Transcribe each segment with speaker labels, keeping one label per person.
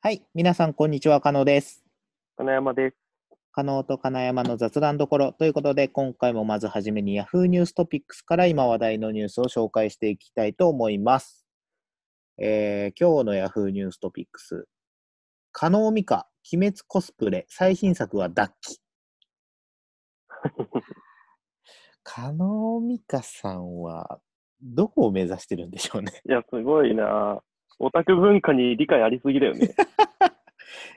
Speaker 1: はい、皆さん、こんにちは、加納です。
Speaker 2: 金山です。
Speaker 1: 加納と金山の雑談どころということで、今回もまずはじめに Yahoo ニューストピックスから今話題のニュースを紹介していきたいと思います。えー今日の Yahoo ニューストピックス、加納美香、鬼滅コスプレ、最新作は脱起。加納美香さんは、どこを目指してるんでしょうね。
Speaker 2: いや、すごいなオタク文化に理解ありすぎだ よね。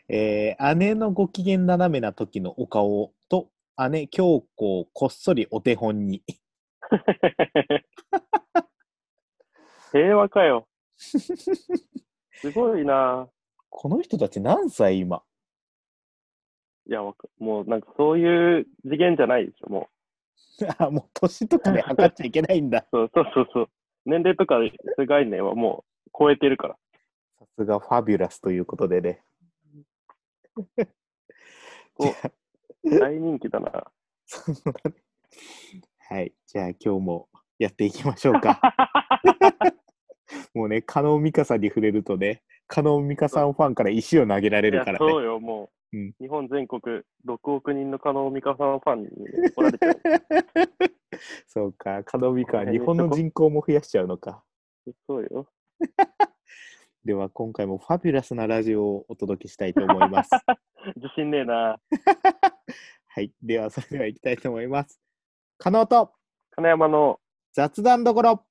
Speaker 1: えー姉のご機嫌斜めな時のお顔と姉京子をこっそりお手本に
Speaker 2: 平和かよ。すごいな
Speaker 1: この人たち何歳今
Speaker 2: いや、わかもうなんかそういう次元じゃないでしょ、も
Speaker 1: あもう年とかで測っちゃいけないんだ
Speaker 2: う。そうそうそうそう。年齢とか、そういう概念はもう超えてるから。
Speaker 1: さすがファビュラスということで ね
Speaker 2: お大人気だな
Speaker 1: はいじゃあ今日もやっていきましょう かもうね加納美香さんに触れるとね加納美香さんファンから石を投げられ
Speaker 2: いや
Speaker 1: るからね
Speaker 2: そうよ、もう。
Speaker 1: うん
Speaker 2: 日本全国6億人の加納美香さんファンにおられてる。
Speaker 1: そうか加納美香は
Speaker 2: この辺
Speaker 1: 日
Speaker 2: に
Speaker 1: 本の人口も増やしちゃうのか
Speaker 2: そうよ。
Speaker 1: では今回もファビュラスなラジオをお届けしたいと思います。
Speaker 2: 自信ねえな
Speaker 1: はい、ではそれでは行きたいと思います。加納と
Speaker 2: 金山の
Speaker 1: 雑談どころ。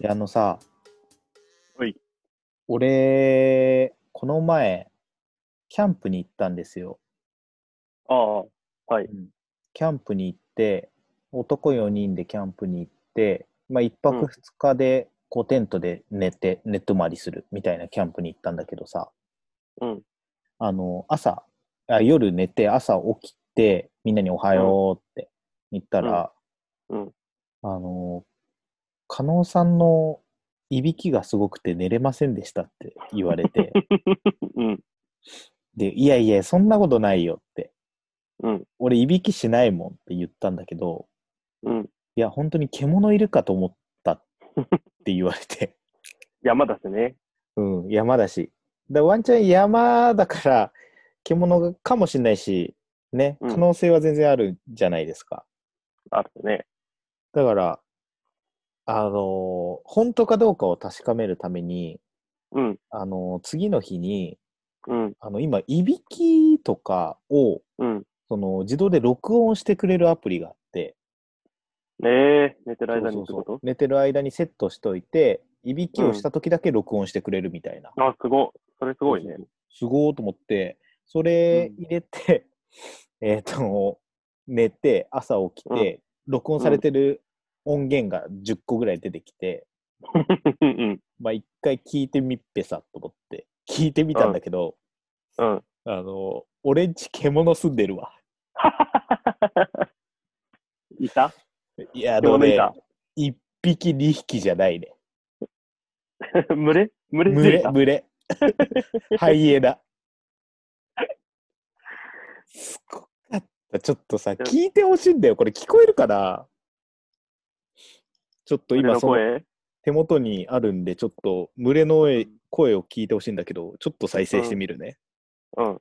Speaker 1: いやあのさ、
Speaker 2: おい
Speaker 1: 俺この前キャンプに行ったんですよ。
Speaker 2: ああ、はい。
Speaker 1: キャンプに行って、男4人でキャンプに行って、まあ、1
Speaker 2: う
Speaker 1: 泊
Speaker 2: ん
Speaker 1: 2日でこうテントで寝て、寝泊まりするみたいなキャンプに行ったんだけどさ、
Speaker 2: うん。
Speaker 1: あの朝あ、夜寝て、朝起きて、みんなにおはようって言ったら、
Speaker 2: うんうん
Speaker 1: あの、加納さんのいびきがすごくて寝れませんでしたって言われ て、
Speaker 2: うん。
Speaker 1: で、いやいや、そんなことないよって、
Speaker 2: うん。
Speaker 1: 俺、いびきしないもんって言ったんだけど、
Speaker 2: うん。い
Speaker 1: いや、本当に獣いるかと思ったって言われて、
Speaker 2: 山だしね。
Speaker 1: うん、山だし。だワンチャン山だから、獣かもしれないし、ね、
Speaker 2: うん
Speaker 1: 可能性は全然あるじゃないですか。
Speaker 2: あるね。
Speaker 1: だから、あのー本当かどうかを確かめるために、
Speaker 2: うん。
Speaker 1: あのー次の日に、
Speaker 2: うん。
Speaker 1: あの、今、いびきとかを、
Speaker 2: うん。
Speaker 1: その、自動で録音してくれるアプリがあって、
Speaker 2: ねえ、寝てる
Speaker 1: そう
Speaker 2: 間
Speaker 1: そ
Speaker 2: に
Speaker 1: う
Speaker 2: って
Speaker 1: そ
Speaker 2: こ
Speaker 1: う
Speaker 2: と
Speaker 1: 寝てる間にセットしといて、いびきをした時だけ録音してくれるみたいな。
Speaker 2: あ、すごい。それすごい
Speaker 1: そ
Speaker 2: ね
Speaker 1: う。そうすごーと思って、それ
Speaker 2: うん
Speaker 1: 入れて、 えっと、寝て、朝起きて、録音されてる音源が10個ぐらい出てきて、
Speaker 2: うん。
Speaker 1: まあ一回聞いてみっぺさと思って、聞いてみたんだけど、
Speaker 2: うん。
Speaker 1: あの、俺んち獣住んでるわ。
Speaker 2: いた
Speaker 1: いや、でも
Speaker 2: 獣
Speaker 1: ね
Speaker 2: い、た。
Speaker 1: 1匹2匹じゃないね。
Speaker 2: 群れ群れ
Speaker 1: 群
Speaker 2: ずれ
Speaker 1: れ
Speaker 2: た。
Speaker 1: 群 れハイエナすごかったちょっとさ聞いてほしいんだよこれ聞こえるかなちょっと
Speaker 2: 群れ
Speaker 1: 今
Speaker 2: の
Speaker 1: その
Speaker 2: 声
Speaker 1: 手元にあるんでちょっと群れの声声を聞いてほしいんだけどちょっと再生してみるね、
Speaker 2: うん。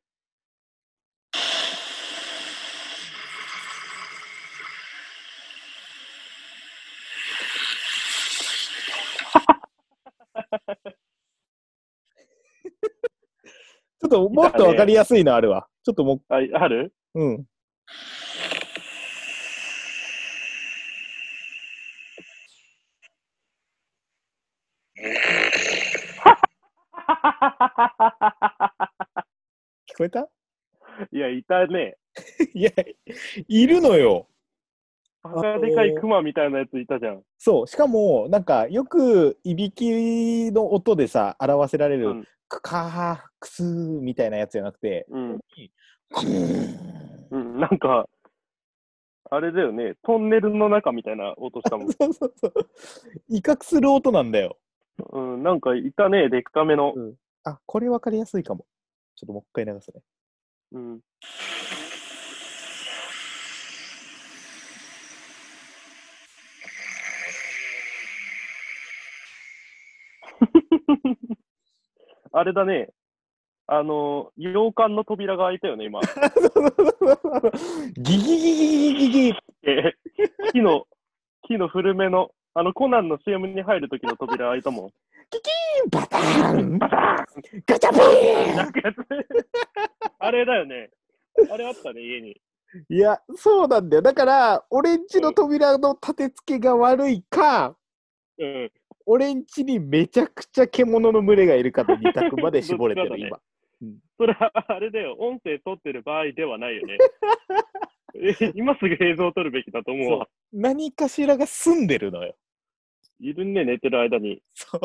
Speaker 1: ちょっともっとわかりやすいのあるわちょっとも
Speaker 2: あある
Speaker 1: ううん聞こえた
Speaker 2: いや、いたね。
Speaker 1: いやいるのよ
Speaker 2: バカでかいクマみたいなやついたじゃん。
Speaker 1: そうしかもなんかよくいびきの音でさ表せられる、
Speaker 2: うん
Speaker 1: クカークスーみたいなやつじゃなくて
Speaker 2: うん。
Speaker 1: クーン
Speaker 2: うん。なんか、あれだよね。トンネルの中みたいな音した も
Speaker 1: そうそうそう威嚇する音なんだよ
Speaker 2: ん。うん。なんか、いたね。でっかめの。
Speaker 1: あこれ分かりやすいかもちょっともう一回流すね
Speaker 2: うん。 あれだね。あの、洋館の扉が開いたよね、今。
Speaker 1: ギギギギギギギ
Speaker 2: えー木の、木の古めの、あの、コナンの CM に入る時の扉開いたもん。
Speaker 1: バタンバタンガチャピ
Speaker 2: なんかやつ。あれだよね。あれあったね、家に。
Speaker 1: ンいや、そうなんだよ。だから、俺んちの扉の立て付けが悪いか、
Speaker 2: うん。
Speaker 1: 俺んちにめちゃくちゃ獣の群れがいるかの二択まで絞 れて
Speaker 2: ど
Speaker 1: る、
Speaker 2: っちか
Speaker 1: 今。
Speaker 2: それは、あれだよ。音声撮ってる場合ではないよね。え今すぐ映像撮るべきだと思うわ。
Speaker 1: 何かしらが住んでる のよ。
Speaker 2: いるね、寝てる間に。
Speaker 1: そう。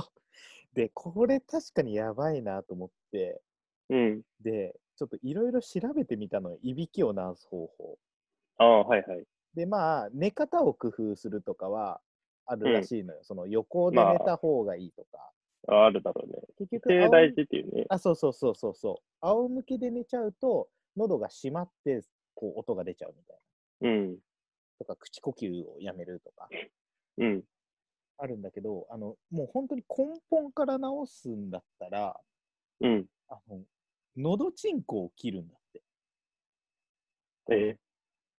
Speaker 1: で、これ確かにやばいなと思って、
Speaker 2: うん。
Speaker 1: で、ちょっといろいろ調べてみたのよ。いびきを治す方法。
Speaker 2: ああ、はいはい。
Speaker 1: で、まあ、寝方を工夫するとかはあるらしいのよ。その横で寝た方がいいとか。
Speaker 2: あああるだろうね。
Speaker 1: 結
Speaker 2: 姿
Speaker 1: 局
Speaker 2: 勢
Speaker 1: 仰
Speaker 2: 大
Speaker 1: 向
Speaker 2: 事っていうね。
Speaker 1: あ、そうそうそうそうそう。仰向けで寝ちゃうと、喉が閉まって、こう、音が出ちゃうみたいな。
Speaker 2: うん。
Speaker 1: とか、口呼吸をやめるとか、
Speaker 2: うん。
Speaker 1: あるんだけど、あの、もう本当に根本から治すんだったら、
Speaker 2: うん。
Speaker 1: あの、喉チンコを切るんだって。
Speaker 2: え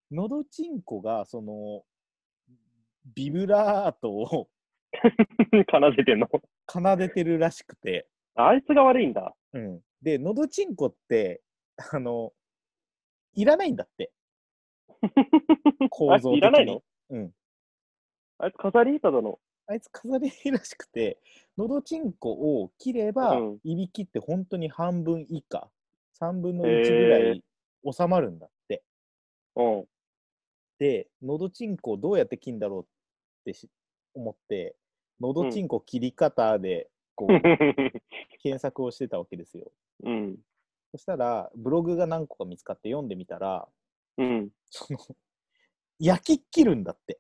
Speaker 1: 喉チンコが、その、ビブラートを
Speaker 2: ー、奏でてんの。
Speaker 1: 奏でてるらしくて、
Speaker 2: あいつが悪いんだ。
Speaker 1: うん。で、喉チンコって、あの、いらないんだって。構造的
Speaker 2: あ
Speaker 1: に。
Speaker 2: いらないの
Speaker 1: うん。
Speaker 2: あいつ飾り板だの。
Speaker 1: あいつ飾りらしくて、喉チンコを切れば、
Speaker 2: うん
Speaker 1: いびきって本当に半分以下、3分の1ぐらい収まるんだって。
Speaker 2: うん。
Speaker 1: で、喉チンコをどうやって切るんだろうってし思って、喉チンコ切り方で、こう、検索をしてたわけですよ。
Speaker 2: うん。
Speaker 1: そしたら、ブログが何個か見つかって読んでみたら、
Speaker 2: うん。
Speaker 1: その、焼き切るんだって。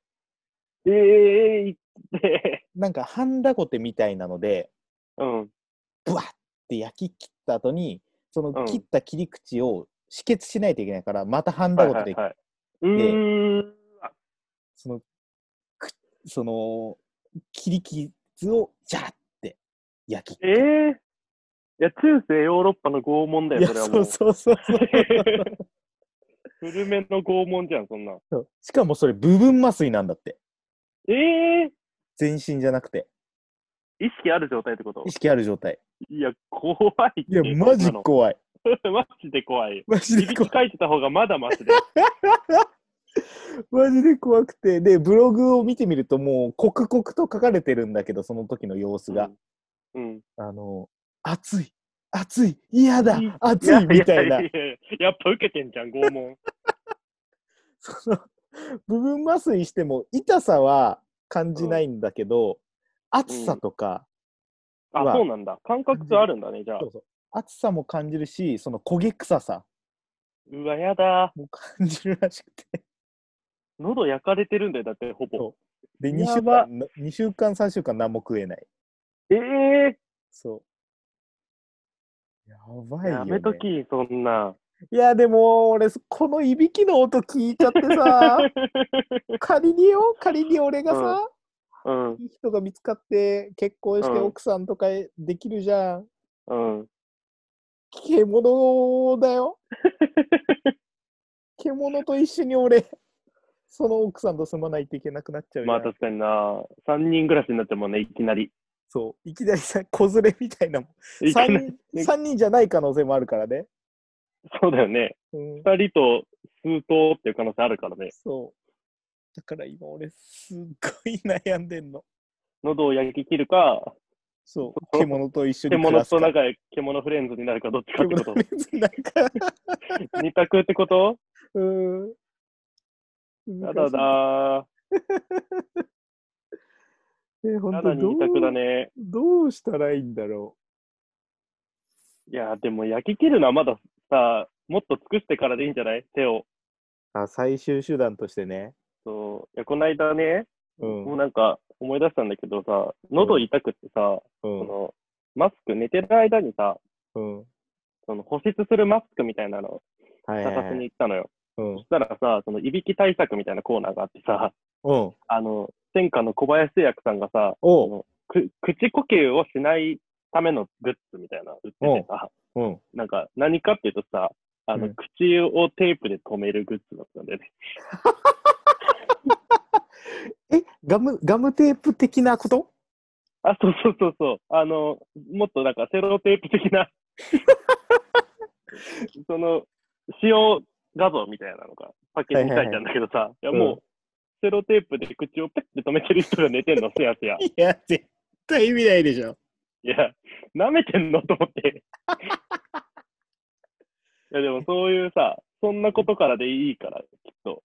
Speaker 2: ええー、いって。
Speaker 1: なんか、ハンダゴテみたいなので、
Speaker 2: うん。
Speaker 1: ブワッて焼き切った後にその
Speaker 2: うん
Speaker 1: 切った切り口を止血しないといけないから、またハンダごとで、
Speaker 2: い。うーん。
Speaker 1: そのくその切り傷をジャーって焼き
Speaker 2: ええいや、中世ヨーロッパの拷問だ
Speaker 1: いや
Speaker 2: よ、それは
Speaker 1: そ
Speaker 2: も
Speaker 1: う
Speaker 2: う。
Speaker 1: そうそうそう
Speaker 2: 古めの拷問じゃん、そんな。
Speaker 1: そう しかもそれ部分麻酔なんだって
Speaker 2: ええ
Speaker 1: 全身じゃなくて
Speaker 2: ー、意識ある状態ってこと
Speaker 1: 意識ある状態
Speaker 2: いや、怖いって。
Speaker 1: いやマジ
Speaker 2: そんな
Speaker 1: 怖い
Speaker 2: の マジで怖いよ。
Speaker 1: マジ
Speaker 2: い
Speaker 1: で
Speaker 2: び
Speaker 1: 怖
Speaker 2: き
Speaker 1: い
Speaker 2: かいてた方がまだマシで。
Speaker 1: マジで怖くてでブログを見てみるともう刻々と書かれてるんだけどその時の様子が、
Speaker 2: うん。
Speaker 1: あの、熱い、熱い、嫌だ
Speaker 2: うん、
Speaker 1: 熱いみたいな
Speaker 2: や。やややっぱ受けてんじゃん、拷問。
Speaker 1: その 部分麻酔しても痛さは感じないんだけど、熱さとか、う
Speaker 2: あ、
Speaker 1: わ
Speaker 2: そうなんだ。感覚とあるんだね、じゃあ
Speaker 1: そ。うそう熱さも感じるし、その焦げ臭さ
Speaker 2: うわ、やだ。
Speaker 1: も感じるらしくて。
Speaker 2: 喉焼かれてるんだよ、だって、ほぼ。
Speaker 1: で、2
Speaker 2: や
Speaker 1: 週
Speaker 2: ば
Speaker 1: 間、な二週間、3週間何も食えない。
Speaker 2: ええ
Speaker 1: そう。やば
Speaker 2: ー、
Speaker 1: い
Speaker 2: や
Speaker 1: よ、ね。
Speaker 2: めとき、そんな。
Speaker 1: いや、でも、俺、このいびきの音聞いちゃって さ、仮によ、仮に俺がさ、
Speaker 2: うんうん、
Speaker 1: いい人が見つかって結婚して
Speaker 2: うん
Speaker 1: 奥さんとかできるじゃん。
Speaker 2: うん。
Speaker 1: 獣だよ。 獣と一緒に俺、その奥さんと住まないといけなくなっちゃうじ
Speaker 2: ま
Speaker 1: ゃ
Speaker 2: あ
Speaker 1: ん。
Speaker 2: 確かにな、3人暮らしになってもんね、いきなり。
Speaker 1: そう。いきなりさ、子連れみたいなもん。
Speaker 2: いきなり
Speaker 1: 3人三人じゃない可能性もあるからね。
Speaker 2: そうだよね。
Speaker 1: うん。
Speaker 2: 2人と数頭っていう可能性あるからね。
Speaker 1: そう。だから今俺、すっごい悩んでんの。
Speaker 2: 喉を焼き切るか、
Speaker 1: そう。獣と一緒に暮
Speaker 2: 獣
Speaker 1: らすか。
Speaker 2: と仲良い獣フレンズになるかどっちかって こと
Speaker 1: 獣。と別になんか、
Speaker 2: 二択ってこと
Speaker 1: うん。
Speaker 2: やだだ
Speaker 1: えー、
Speaker 2: ー。
Speaker 1: 本
Speaker 2: や
Speaker 1: 当
Speaker 2: だ
Speaker 1: に
Speaker 2: に
Speaker 1: ど
Speaker 2: 二択だ
Speaker 1: う
Speaker 2: ね。
Speaker 1: どうしたらいいんだろ
Speaker 2: いや、でも焼き切るのはまださ、もっと尽くしてからでいいんじゃない手を。
Speaker 1: う。あ、最終手段としてね。
Speaker 2: そう。いや、こないだね、
Speaker 1: うん。
Speaker 2: もう
Speaker 1: うん。
Speaker 2: なんか思い出したんだけどさ、喉痛くってさ、その、マスク、寝てる間にさ、
Speaker 1: うん。
Speaker 2: その保湿するマスクみたいなの
Speaker 1: はいはい
Speaker 2: 高
Speaker 1: は
Speaker 2: 須に
Speaker 1: い。
Speaker 2: 行ったのよ。
Speaker 1: うん。
Speaker 2: そしたらさ、そのいびき対策みたいなコーナーがあってさ、
Speaker 1: うん。
Speaker 2: あの、天下の小林製薬さんがさ、あ
Speaker 1: おう。
Speaker 2: のく口呼吸をしないためのグッズみたいなの売っててさ、
Speaker 1: うん。
Speaker 2: なんか何かっていうとさ、あの、
Speaker 1: うん
Speaker 2: 口をテープで止めるグッズだったんだよね。
Speaker 1: え、ガム、ガムテープ的なこと
Speaker 2: あ、そうそうそうそう。あの、もっとなんかセロテープ 的な、その、使用画像みたいなのがパッケージに書いてあるんだけどさ、いや
Speaker 1: い
Speaker 2: もう、セロテープで口をペッて止めてる人が寝てんの、せやせや。い
Speaker 1: いや、絶対意味ないでしょ。
Speaker 2: や、舐めてんのと 思って。いや、でもそういうさ、そんなことからでいいから、きっと。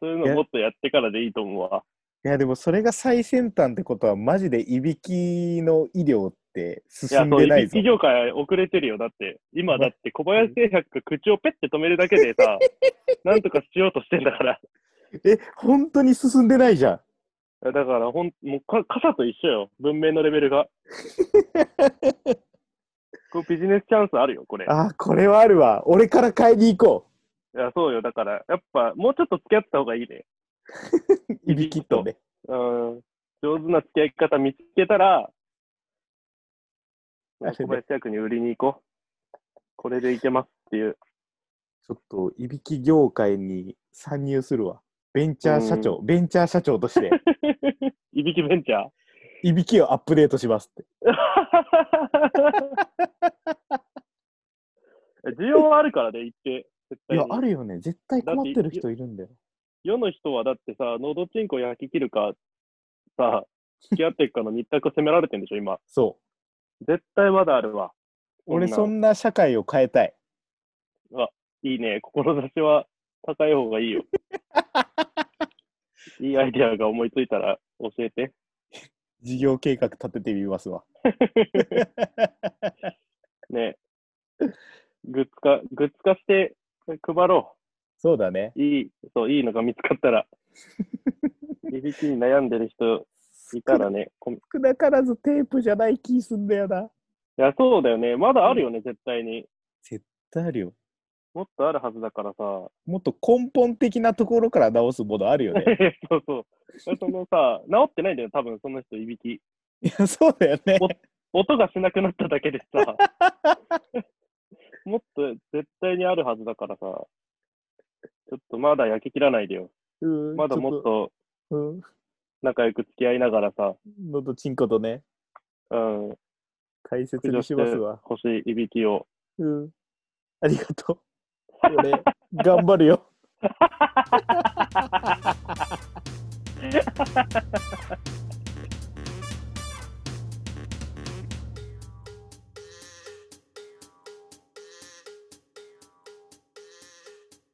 Speaker 2: そういうのもっとやってからでいいと思うわ。
Speaker 1: いや、でもそれが最先端ってことは、マジでいびきの医療って
Speaker 2: いや、
Speaker 1: 進ん
Speaker 2: そう、
Speaker 1: でない
Speaker 2: い
Speaker 1: ぞ
Speaker 2: びき。業界遅れてるよ。だって、今だって小林製薬が口をペッて止めるだけで さ、なんとかしようとしてんだから。
Speaker 1: え、本当に進んでないじゃん。
Speaker 2: だから、ほん、もうか、傘と一緒よ。文明のレベ ルが。こうビジネスチャンスあるよ、これ。い
Speaker 1: あ、これはあるわ。俺から買いに行こ
Speaker 2: や、そうよ。だから、やっぱ、もうちょっと付き合った方がいいね。
Speaker 1: う。 いびきとね。
Speaker 2: うん。上手な付き合い方見つけたら、
Speaker 1: あれね
Speaker 2: 小林製薬に売りに行こう。これでいけますっていう。
Speaker 1: ちょっと、いびき業界に参入するわ。ベンチャー社長、ベンチャー社長として、
Speaker 2: いびきベンチャー。
Speaker 1: いびきをアップデートしますって。
Speaker 2: 需要はあるからね、言って。絶
Speaker 1: い
Speaker 2: 対に
Speaker 1: や、あるよね。絶対困ってる人いるんだよ。
Speaker 2: 世の人はだってさ、喉チンコ焼き切るか、さ、付き合っていくかの二択責められてんでしょ、今。
Speaker 1: そう。
Speaker 2: 絶対まだあるわ。
Speaker 1: 俺、
Speaker 2: こ
Speaker 1: そ
Speaker 2: ん
Speaker 1: んな社会を変えたい。
Speaker 2: ないいね、志は高い方がいいよ。いいアイディアが思いついたら教えて。
Speaker 1: 事業計画立ててみます わ。
Speaker 2: ねグッズ化、グッズ化して配ろ
Speaker 1: そうだね。
Speaker 2: う。いい、そう、いいのが見つかったら。いびきに悩んでる人いたらね、こんい
Speaker 1: 少なからずテープじゃない気すんだよな。
Speaker 2: や、そうだよね。まだあるよね、絶対に。
Speaker 1: だあるよ。
Speaker 2: もっとあるはずだからさ。
Speaker 1: もっと根本的なところから直すものあるよ ね。
Speaker 2: そうそう。そのさ、治ってないんだよ、多分その人、いびき。
Speaker 1: いや、そうだよね。
Speaker 2: 音がしなくなっただけでさ。 もっと絶対にあるはずだからさ。ちょっとまだ焼き切らないでよ。
Speaker 1: うん
Speaker 2: まだもっ。
Speaker 1: ちょ
Speaker 2: と
Speaker 1: とうん。
Speaker 2: 仲良く付き合いながらさ、
Speaker 1: 喉ちんことね、
Speaker 2: うん、
Speaker 1: 大切
Speaker 2: 駆除
Speaker 1: に
Speaker 2: し
Speaker 1: してますわ。
Speaker 2: 欲しいいびきを。
Speaker 1: うん。ありがとう。俺、頑張るよ。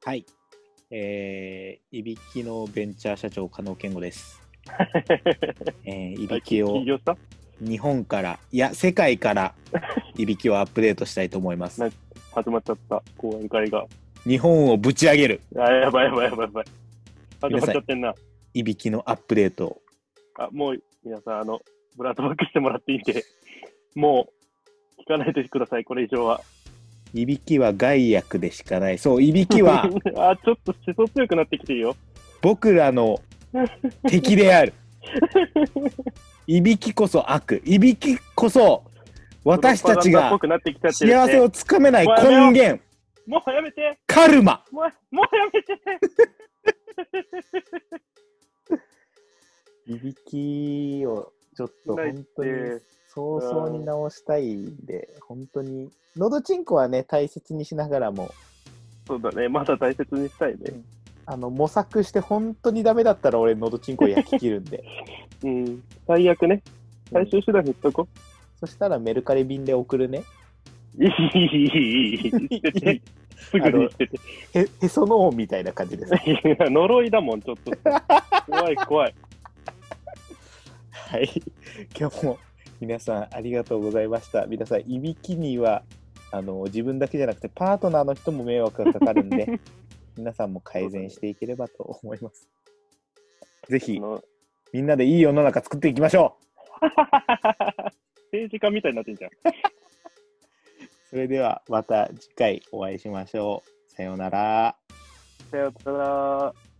Speaker 1: はい。えー、いびきのベンチャー社長、加納健吾です。えー、いびきを
Speaker 2: 起業した
Speaker 1: 日本から、いや、世界から、いびきをアップデートしたいと思います。
Speaker 2: 始まっちゃった、講演会が。
Speaker 1: 日本をぶち上げる
Speaker 2: あ、やばいやばいやばいやばい。始まっちゃってんな。
Speaker 1: いびきのアップデートを
Speaker 2: あ、もう皆さん、あの、ブラッドバックしてもらっていいんで、もう、聞かないでください、これ以上は。
Speaker 1: いびきは害悪でしかないそういびきは
Speaker 2: あ、ちょっと思想強くなってきていいよ。
Speaker 1: 僕らの敵で あるいびきこそ悪いびきこそ私たち
Speaker 2: プロパガンダっぽ
Speaker 1: が
Speaker 2: くなってきちゃってる
Speaker 1: 幸せをつかめない根源
Speaker 2: もうやめて
Speaker 1: カルマ
Speaker 2: もう、もうやめて
Speaker 1: いびきをちょっと
Speaker 2: ないって
Speaker 1: 本当に早々に直したいんで本当に喉チンコはね大切にしながらも
Speaker 2: そうだね、まだ大切にしたいね。
Speaker 1: あの模索して本当にダメだったら俺喉チンコ焼き切るんで
Speaker 2: うん、最悪ね。最終手段にしとこ
Speaker 1: そしたらメルカリ便で送るね
Speaker 2: う。いい、いい、いい、いい、捨ててすぐに捨てて。
Speaker 1: へへその緒みたいな感じです
Speaker 2: いや呪いだもん、ちょっと。怖 い、怖い。
Speaker 1: はい今日も皆さんありがとうございました皆さんいびきにはあの自分だけじゃなくてパートナーの人も迷惑がかかるん で皆さんも改善していければと思いますぜ
Speaker 2: あ
Speaker 1: ひ
Speaker 2: の
Speaker 1: みんなでいい世の中作っていきましょう
Speaker 2: 政治家みたいになってんじゃん。
Speaker 1: それではまた次回お会いしましょうさようなら。
Speaker 2: さようなら。